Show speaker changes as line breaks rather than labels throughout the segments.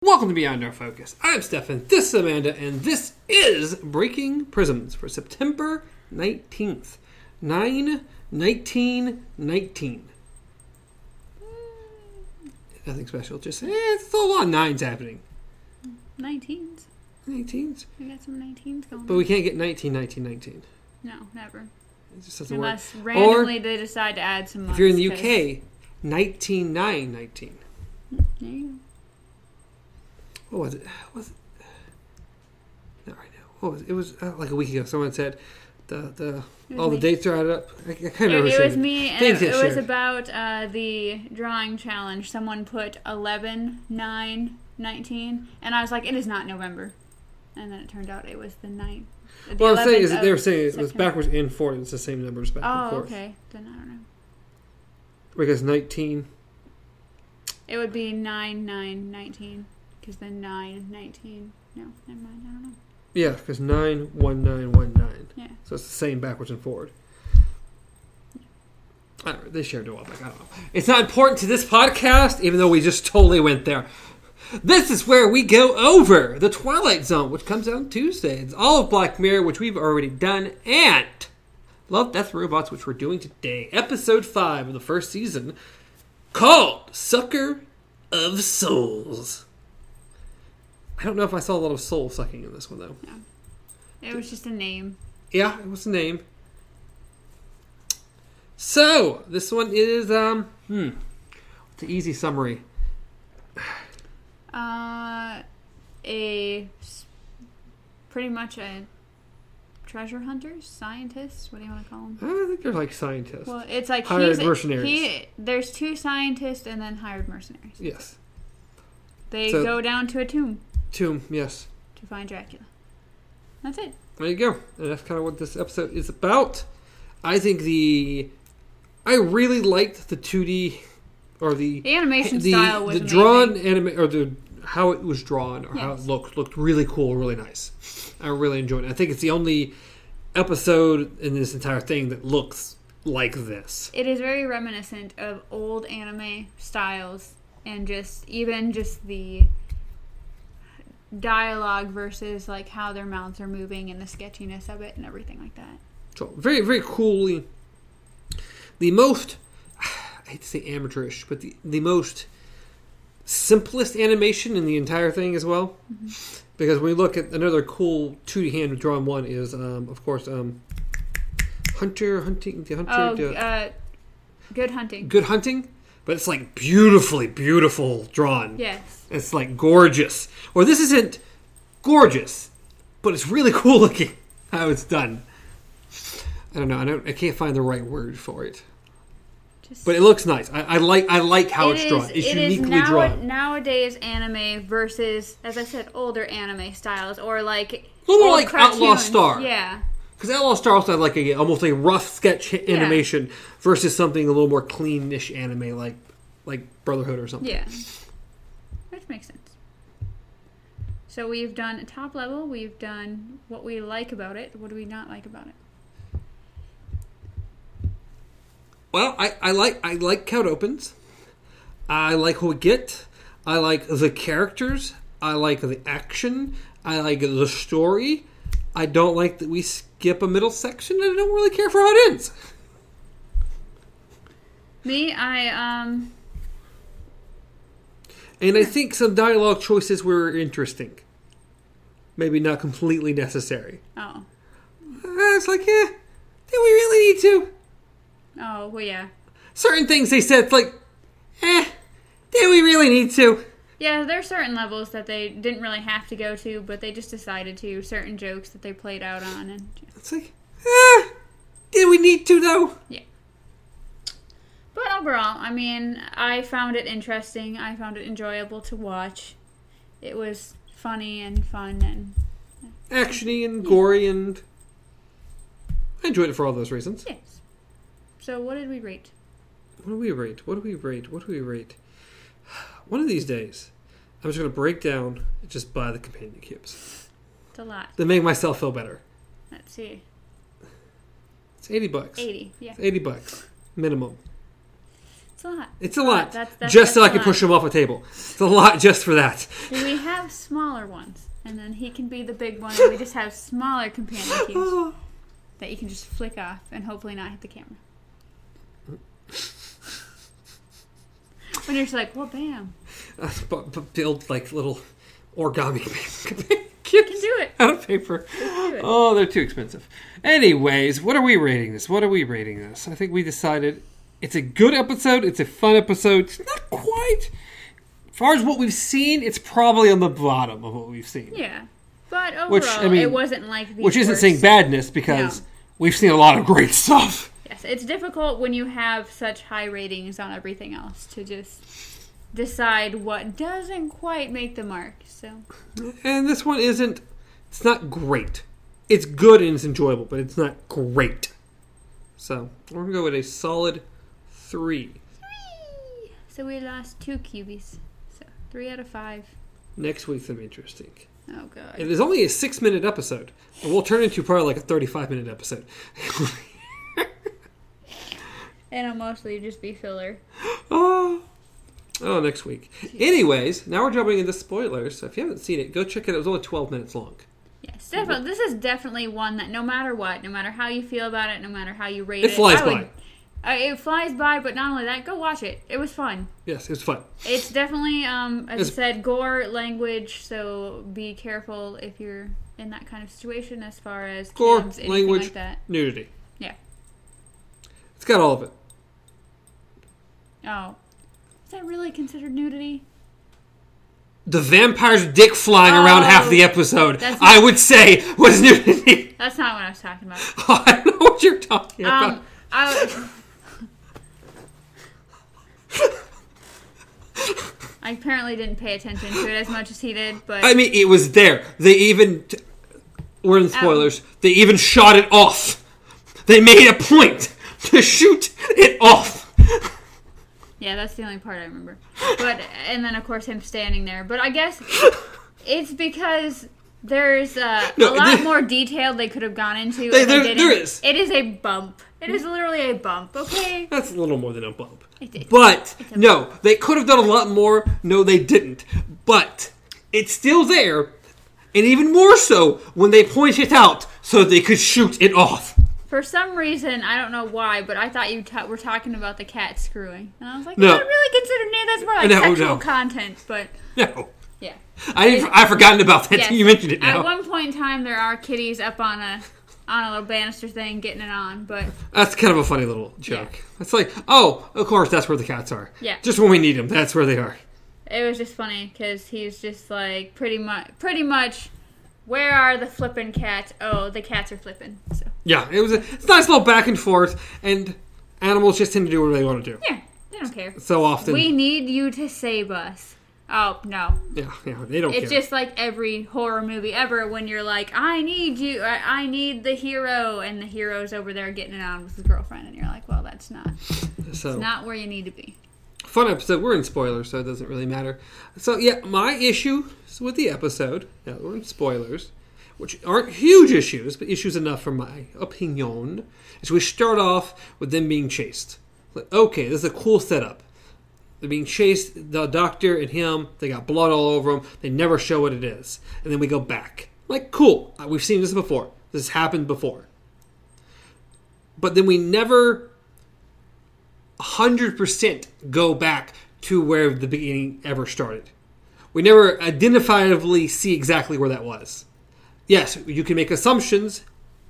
Welcome to Beyond Our Focus. I'm Stefan, this is Amanda, and this is Breaking Prisms for September 19th. 9 19 19. Nothing special, just eh, it's a lot of nines happening.
19s.
19s?
We got some 19s going.
But we can't get 19 19 19.
no, never.
It just doesn't work.
Unless randomly they decide to add some.
If you're in the
months, 'cause-
UK, 19 9 19.
There you
what was it? Was it? Not right now. What was it? It was uh, like a week ago. Someone said the the
It
all
was me.
Oh, the dates are added up. I, I can't
go.
remember.
It,
who
it was
said
me, and
Things
it,
get
it was
shared.
about uh, the drawing challenge. Someone put 11, 9, 19, and I was like, it is not November. And then it turned out it was the 9th. The
Well, the thing is,
11th
that they were
of
saying it was
September.
backwards and forward. It's the same numbers back and
Oh,
forth.
okay. Then I don't know.
Because nineteen.
It would be 9, 9, 19, because then 9, 19. No, never mind. I don't know.
Yeah, because nine one nine one nine.
Yeah.
So it's the same backwards and forward. I don't know, they shared it a while back. I don't know. It's not important to this podcast, even though we just totally went there. This is where we go over The Twilight Zone, which comes out on Tuesday. It's all of Black Mirror, which we've already done, and Love, Death, and Robots, which we're doing today. Episode 5 of the first season, called Sucker of Souls. I don't know if I saw a lot of soul sucking in this one, though.
It was just a name.
Yeah, what's the name? So this one is um hmm. It's an easy summary.
Uh, a s- pretty much a treasure hunter, scientist. What do you want to call him?
I don't think they're like scientists.
Well, it's like
Hired
he's
mercenaries.
he. There's two scientists and then hired mercenaries.
yes.
They
So-
go down to a tomb
Tomb, yes.
to find Dracula. That's it.
There you go. And that's kind of what this episode is about. I think the I really liked the 2D or the
The animation
the,
style was
the
amazing.
drawn anime or the how it was drawn or how it
Yes.
looked looked really cool, really nice. I really enjoyed it. I think it's the only episode in this entire thing that looks like this.
It is very reminiscent of old anime styles and just even just the dialogue versus like how their mouths are moving and the sketchiness of it and everything like that.
So very very coolly, the most I hate to say amateurish, but the the most simplest animation in the entire thing as well.
Mm-hmm.
Because when we look at another cool two D hand drawn one is um, of course um, hunter hunting the hunter
Oh,
the-
uh, good hunting.
good hunting, but it's like beautifully, beautiful drawn.
Yes.
It's like gorgeous. Or this isn't gorgeous, but it's really cool looking how it's done. I don't know. I don't. I can't find the right word for it,
Just
but it looks nice. I, I like. I like how it's drawn. It's
it is
uniquely
now-
drawn.
Nowadays, anime versus, as I said, older anime styles or like
A little more
old
like Outlaw
cartoons.
Star.
Yeah,
Because Outlaw Star also had like a almost a rough sketch animation versus something a little more cleanish anime like like Brotherhood or something.
yeah, which makes sense. So we've done a top level. We've done what we like about it. What do we not like about it?
Well, I, I like I like how it opens. I like what we get. I like the characters. I like the action. I like the story. I don't like that we skip a middle section, and I don't really care for how it ends.
Me, I um,
And I think some dialogue choices were interesting. Maybe not completely necessary.
oh,
Uh, it's like, yeah, did we really need to?
oh, well, yeah,
Certain things they said, it's like, eh, did we really need to?
Yeah, there are certain levels that they didn't really have to go to, but they just decided to. Certain jokes that they played out on, and
It's like, eh, did we need to though?
but overall, I mean, I found it interesting. I found it enjoyable to watch. It was funny and fun, and
actiony and gory and I enjoyed it for all those reasons.
yes. So, what did we rate?
What do we rate? What do we rate? What do we rate? One of these days, I'm just gonna break down and just buy the companion cubes.
It's a lot.
Then make myself feel better.
Let's see,
It's eighty bucks.
eighty. Yeah,
It's eighty bucks minimum.
it's It's a lot.
It's a lot.
That's- that's-
just so
that's
I can
a lot.
push him off a table. It's a lot just for that.
Do we have smaller ones? And then he can be the big one, and we just have smaller companion cubes that you can just flick off and hopefully not hit the camera. When you're just like, well, bam,
but, but build like little origami
you
cubes
can do it.
out of paper. Oh, they're too expensive. Anyways, what are we rating this? What are we rating this? I think we decided it's a good episode. It's a fun episode. It's not quite. As far as what we've seen, it's probably on the bottom of what we've seen.
Yeah. But overall,
Which, I mean,
it wasn't like the
Which isn't
worst.
saying badness because
No.
we've seen a lot of great stuff.
Yes, it's difficult when you have such high ratings on everything else to just decide what doesn't quite make the mark. So
And this one isn't. It's not great. It's good and it's enjoyable, but it's not great. So we're gonna go with a solid three.
So we lost two cubies. So three out of five.
Next week's gonna be interesting.
Oh god.
It is only a six-minute episode, and we'll turn into probably like a thirty-five-minute episode.
And It'll mostly just be filler.
oh, oh, next week. Anyways, now we're jumping into spoilers. So if you haven't seen it, go check it. out. It was only twelve minutes long.
Yes, definitely. This is definitely one that no matter what, no matter how you feel about it, no matter how you rate
It
it,
flies
I would- Uh, it flies by, but not only that, go watch it. It was fun.
Yes, it was fun.
It's definitely, um, as I
It's-
said, gore language. So be careful if you're in that kind of situation, as far as
Gore
cams, anything
language,
like that.
nudity.
Yeah.
It's got all of it.
Oh, is that really considered nudity?
The vampire's dick flying around
Oh,
half the episode,
that's-
I would say, was nudity.
That's not what I was talking about.
I don't know what you're talking about.
Um, I, I apparently didn't pay attention to it as much as he did, but
I mean, it was there. They even. T- we're in spoilers. They even shot it off. They made a point to shoot it off.
yeah, that's the only part I remember. But and then of course him standing there. But I guess it's because there's uh,
No,
a lot
there-
more detail they could have gone
There-
into. and they
there-
didn't.
there is.
It is a bump. It is literally a bump. Okay.
That's a little more than a bump.
It- it-
But,
it's a-
no, they could have done a lot more. No, they didn't. But, it's still there. And even more so when they point it out so they could shoot it off.
For some reason, I don't know why, but I thought you ta- were talking about the cat screwing, and I was like,
No.
"Is that really considered new? That's more like
No,
sexual
no.
content." But
No.
yeah,
I didn't, I've forgotten about that.
Yes.
You mentioned it
At
now.
one point in time, there are kitties up on a on a little banister thing, getting it on. But
That's kind of a funny little joke.
Yeah.
It's like, oh, of course, that's where the cats are.
Yeah.
Just when we need them, that's where they are.
it was just funny because he's just like pretty much, pretty much, where are the flippin' cats? Oh, the cats are flippin'. So
Yeah, it was a, it's a nice little back and forth, and animals just tend to do what they want to do.
yeah, they don't care.
So often,
We need you to save us. Oh no,
yeah, yeah, they don't
It's
care.
just like every horror movie ever when you're like, I need you, I, I need the hero, and the hero's over there getting it on with his girlfriend, and you're like, well, that's not
so
not where you need to be.
fun episode. We're in spoilers, so it doesn't really matter. So yeah, my issue is with the episode. Now that we're in spoilers, which aren't huge issues, but issues enough for my opinion. Is we start off with them being chased. Like, okay, this is a cool setup. They're being chased. The doctor and him. They got blood all over them. They never show what it is, and then we go back. Like, cool. Uh, We've seen this before. This has happened before. But then we never hundred percent go back to where the beginning ever started. We never identifiably see exactly where that was. Yes, you can make assumptions,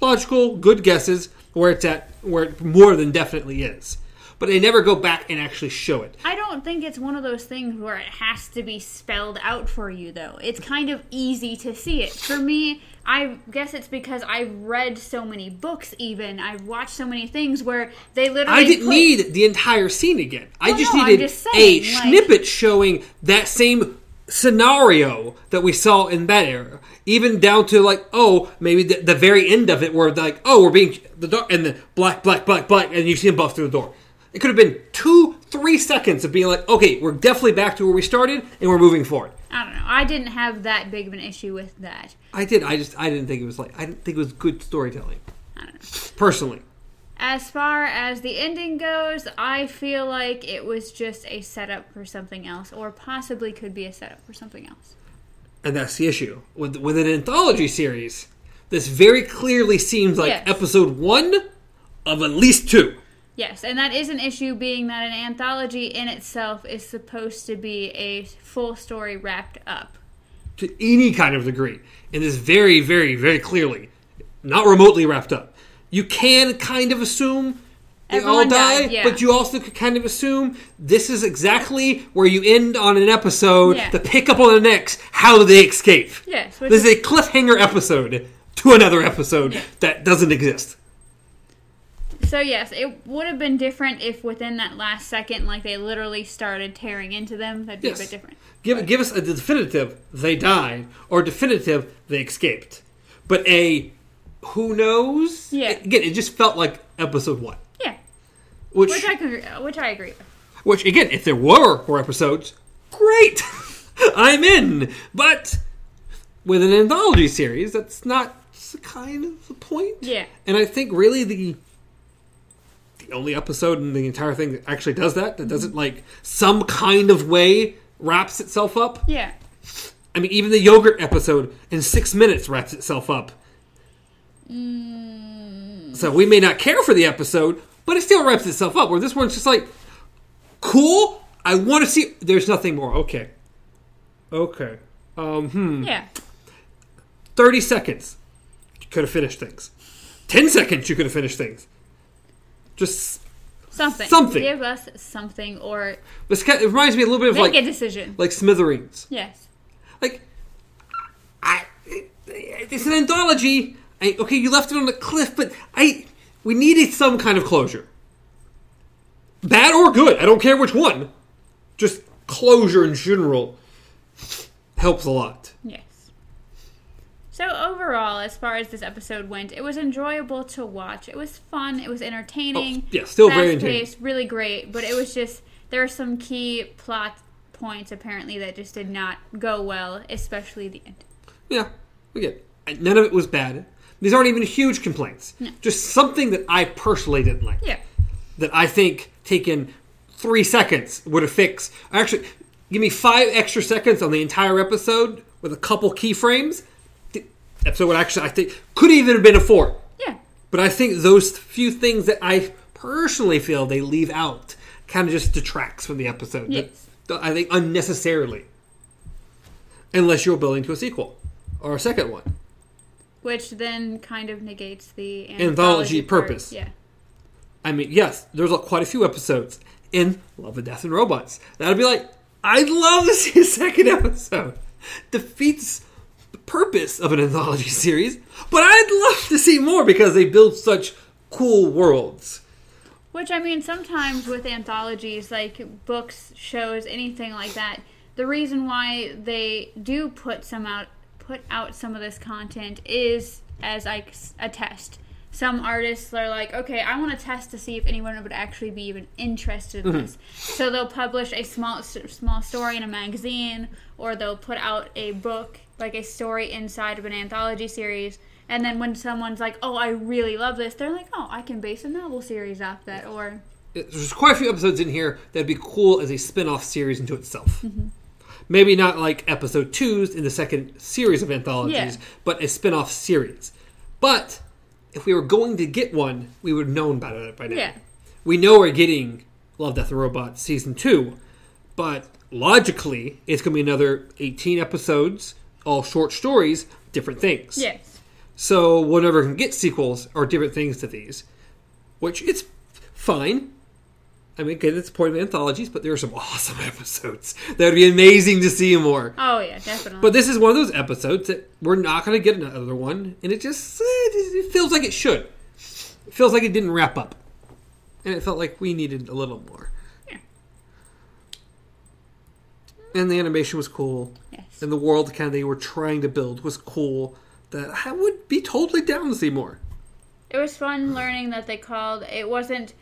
logical, good guesses where it's at, where it more than definitely is. But they never go back and actually show it.
I don't think it's one of those things where it has to be spelled out for you, though. It's kind of easy to see it. For me, I guess it's because I've read so many books, even. I've watched so many things where they literally.
I didn't
put-
need the entire scene again. I just
no, I'm
needed
just saying,
a
like-
snippet showing that same scenario that we saw in that era, even down to like, oh, maybe the, the very end of it, where like, oh, we're being the dark and then black, black, black, black, and you see him bust through the door. It could have been two, three seconds of being like, okay, we're definitely back to where we started, and we're moving forward.
I don't know. I didn't have that big of an issue with that.
I did. I just I didn't think it was like I didn't think it was good storytelling.
I don't know.
Personally,
As far as the ending goes, I feel like it was just a setup for something else, or possibly could be a setup for something else.
And that's the issue. With, with an anthology series, this very clearly seems like
Yes.
episode one of at least two.
Yes, and that is an issue, being that an anthology in itself is supposed to be a full story wrapped up.
to any kind of degree, and this very, very, very clearly, not remotely wrapped up. You can kind of assume they all
Everyone
die,
died, yeah.
but you also could kind of assume this is exactly where you end on an episode.
Yeah.
The pickup on the next, how they escape.
Yes, which
This is a cliffhanger episode to another episode that doesn't exist.
So yes, it would have been different if within that last second, like they literally started tearing into them. That'd be
Yes.
a bit different.
Give, give us a definitive they died or definitive they escaped, but a who knows?
Yeah.
Again, it just felt like episode one,
Yeah,
which,
which I could, which I agree with.
Which, again, if there were more episodes, great! I'm in! But with an anthology series, that's not s- kind of the point.
Yeah.
And I think really the the only episode in the entire thing that actually does that, that doesn't like some kind of way wraps itself up.
Yeah,
I mean, even the yogurt episode in six minutes wraps itself up. So we may not care for the episode, but it still wraps itself up. Where this one's just like, cool. I want to see. There's nothing more. Okay. Okay. Um, hmm.
yeah,
Thirty seconds. You could have finished things. Ten seconds. You could have finished things. Just
something,
Something.
Give us something or
this. Kind it reminds me a little bit of
make
like
a decision.
like Smithereens.
Yes,
like I, it's an anthology. I, okay, you left it on a cliff, but I we needed some kind of closure, bad or good. I don't care which one. Just closure in general helps a lot.
yes. So overall, as far as this episode went, it was enjoyable to watch. It was fun. It was entertaining.
Oh, yeah, still very
fast-paced,
entertaining.
Really great, but it was just there are some key plot points apparently that just did not go well, especially the end.
Yeah, again, I- none of it was bad. These aren't even huge complaints. Just something that I personally didn't like.
Yeah.
that I think taken three seconds would have fixed. Actually, give me five extra seconds on the entire episode with a couple keyframes. The episode would actually, I think, could even have been a four.
Yeah.
But I think those few things that I personally feel they leave out kind of just detracts from the episode.
Yes.
That- I think unnecessarily. Unless you're building to a sequel or a second one.
Which then kind of negates the
Anthology
part.
purpose.
Yeah.
I mean, yes, there's a- quite a few episodes in Love and Death and Robots. That'd be like, I'd love to see a second episode. Defeats the purpose of an anthology series, but I'd love to see more because they build such cool worlds.
Which I mean, sometimes with anthologies, like books, shows, anything like that, the reason why they do put some out, put out some of this content is as like s- a test. Some artists are like, okay, I want to test to see if anyone would actually be even interested in this. So they'll publish a small s- small story in a magazine, or they'll put out a book, like a story inside of an anthology series. And then when someone's like, "Oh, I really love this," they're like, "Oh, I can base a novel series off that." Or
There's quite a few episodes in here that'd be cool as a spin off series into itself.
Mm-hmm.
Maybe not like episode twos in the second series of anthologies,
Yeah.
but a spin off series. But if we were going to get one, we would have known about it by now.
Yeah.
We know we're getting Love, Death, and Robots season two, but logically, it's going to be another 18 episodes, all short stories, different things.
yes,
So we'll never can get sequels or different things to these, which it's fine. I mean, again, it's the point of anthologies, but there are some awesome episodes that would be amazing to see more.
oh yeah, definitely.
But this is one of those episodes that we're not going to get another one, and it just eh, it feels like it should. It feels like it didn't wrap up, and it felt like we needed a little more.
Yeah.
And the animation was cool,
yes,
and the world kind of they were trying to build was cool. That I would be totally down to see more.
it was fun learning that they called it wasn't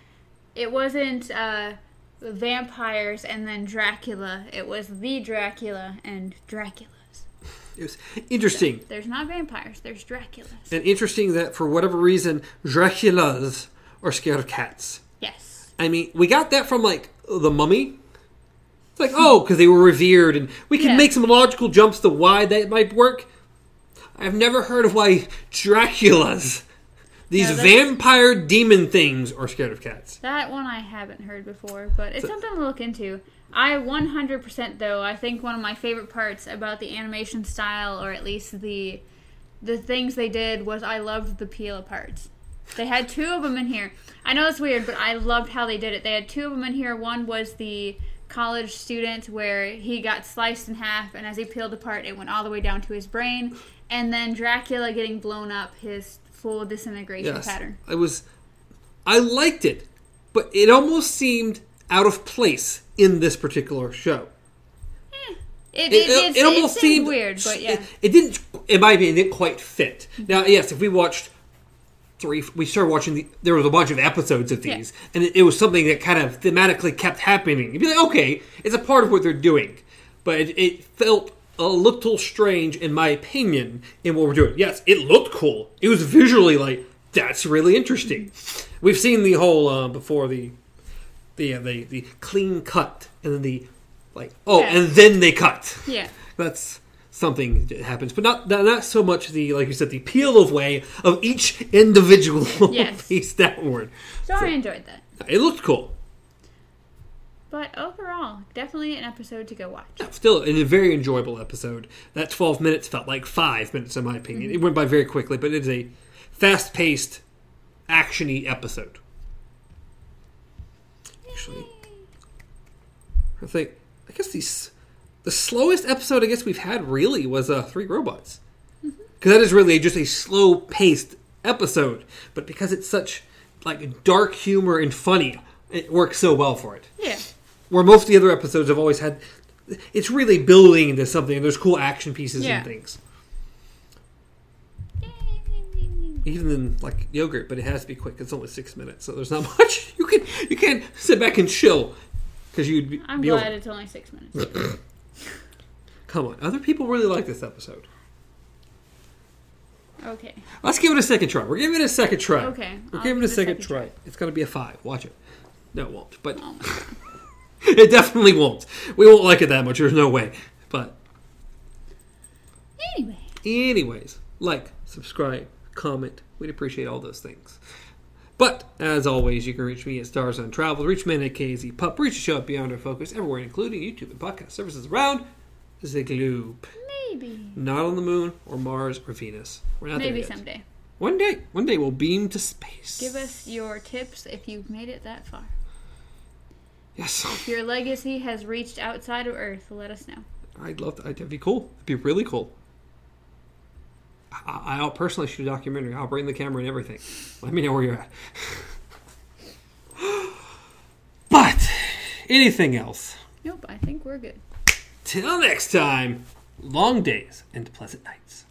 it wasn't uh, vampires and then Dracula. It was the Dracula and Draculas.
It was interesting.
There's not vampires. There's Draculas.
And interesting that for whatever reason, Draculas are scared of cats.
Yes.
I mean, we got that from like the mummy. It's like, oh, because they were revered, and we can
Yeah.
make some logical jumps to why that might work. I've never heard of why Dracula's, these
Yeah, that's-
vampire demon things, are scared of cats.
That one I haven't heard before, but it's something to look into. I 100% though, I think one of my favorite parts about the animation style or at least the the things they did was I loved the peel parts. They had two of them in here. I know it's weird, but I loved how they did it. They had two of them in here. One was the college student where he got sliced in half and as he peeled apart it went all the way down to his brain and then Dracula getting blown up his full disintegration
Yes,
pattern.
I was, I liked it, but it almost seemed out of place in this particular show.
It, it, it, it almost seemed, weird, but
it-
yeah.
It, didn't. In my opinion, it didn't quite fit. Now, yes, if we watched three, we started watching. The, there was a bunch of episodes of these, and it, it was something that kind of thematically kept happening. You'd be like, okay, it's a part of what they're doing, but it, it felt a little strange, in my opinion, in what we're doing. Yes, it looked cool. It was visually like that's really interesting. We've seen the whole uh, before the the, uh, the the clean cut and then the like oh
Yeah.
and then they cut
Yeah.
that's something that happens, but not not not so much the like you said the peel away of each individual
Yes.
piece downward.
So, I enjoyed that.
It looked cool.
But overall, definitely an episode to go watch.
Still, a very enjoyable episode. That twelve minutes felt like five minutes, in my opinion. It went by very quickly, but it is a fast-paced, actiony episode. Actually, I think I guess these the slowest episode I guess we've had really was uh, Three Robots because that is really just a slow-paced episode. But because it's such like dark humor and funny, it works so well for it
Yeah.
where most of the other episodes have always had it's really building into something and there's cool action pieces
Yeah.
and things even in like yogurt but it has to be quick it's only six minutes so there's not much you can you can't sit back and chill because you'd be,
I'm
be
glad
over-
it's only six minutes.
come on other people really like this episode
Okay.
let's give it a second try we're giving it a second try
Okay,
we're
I'll
giving it a
give
second, try. it's going to be a five watch it no it won't but
Oh my God.
it definitely won't we won't like it that much there's no way but
Anyway.
Anyways, like, subscribe, comment. We'd appreciate all those things. But as always, you can reach me at Stars on Travel, reach me at KZ Pup, reach the show at Beyond Our Focus, everywhere, including YouTube and podcast services around the globe.
Maybe.
Not on the moon or Mars or Venus. We're not there
Maybe
yet.
someday.
One day, one day we'll beam to space.
Give us your tips if you've made it that far.
Yes,
If your legacy has reached outside of Earth, let us know.
I'd love that. That'd be cool. It'd be really cool. I- I'll personally shoot a documentary. I'll bring the camera and everything. Let me know where you're at. But anything else?
Nope, I think we're good.
Till next time, long days and pleasant nights.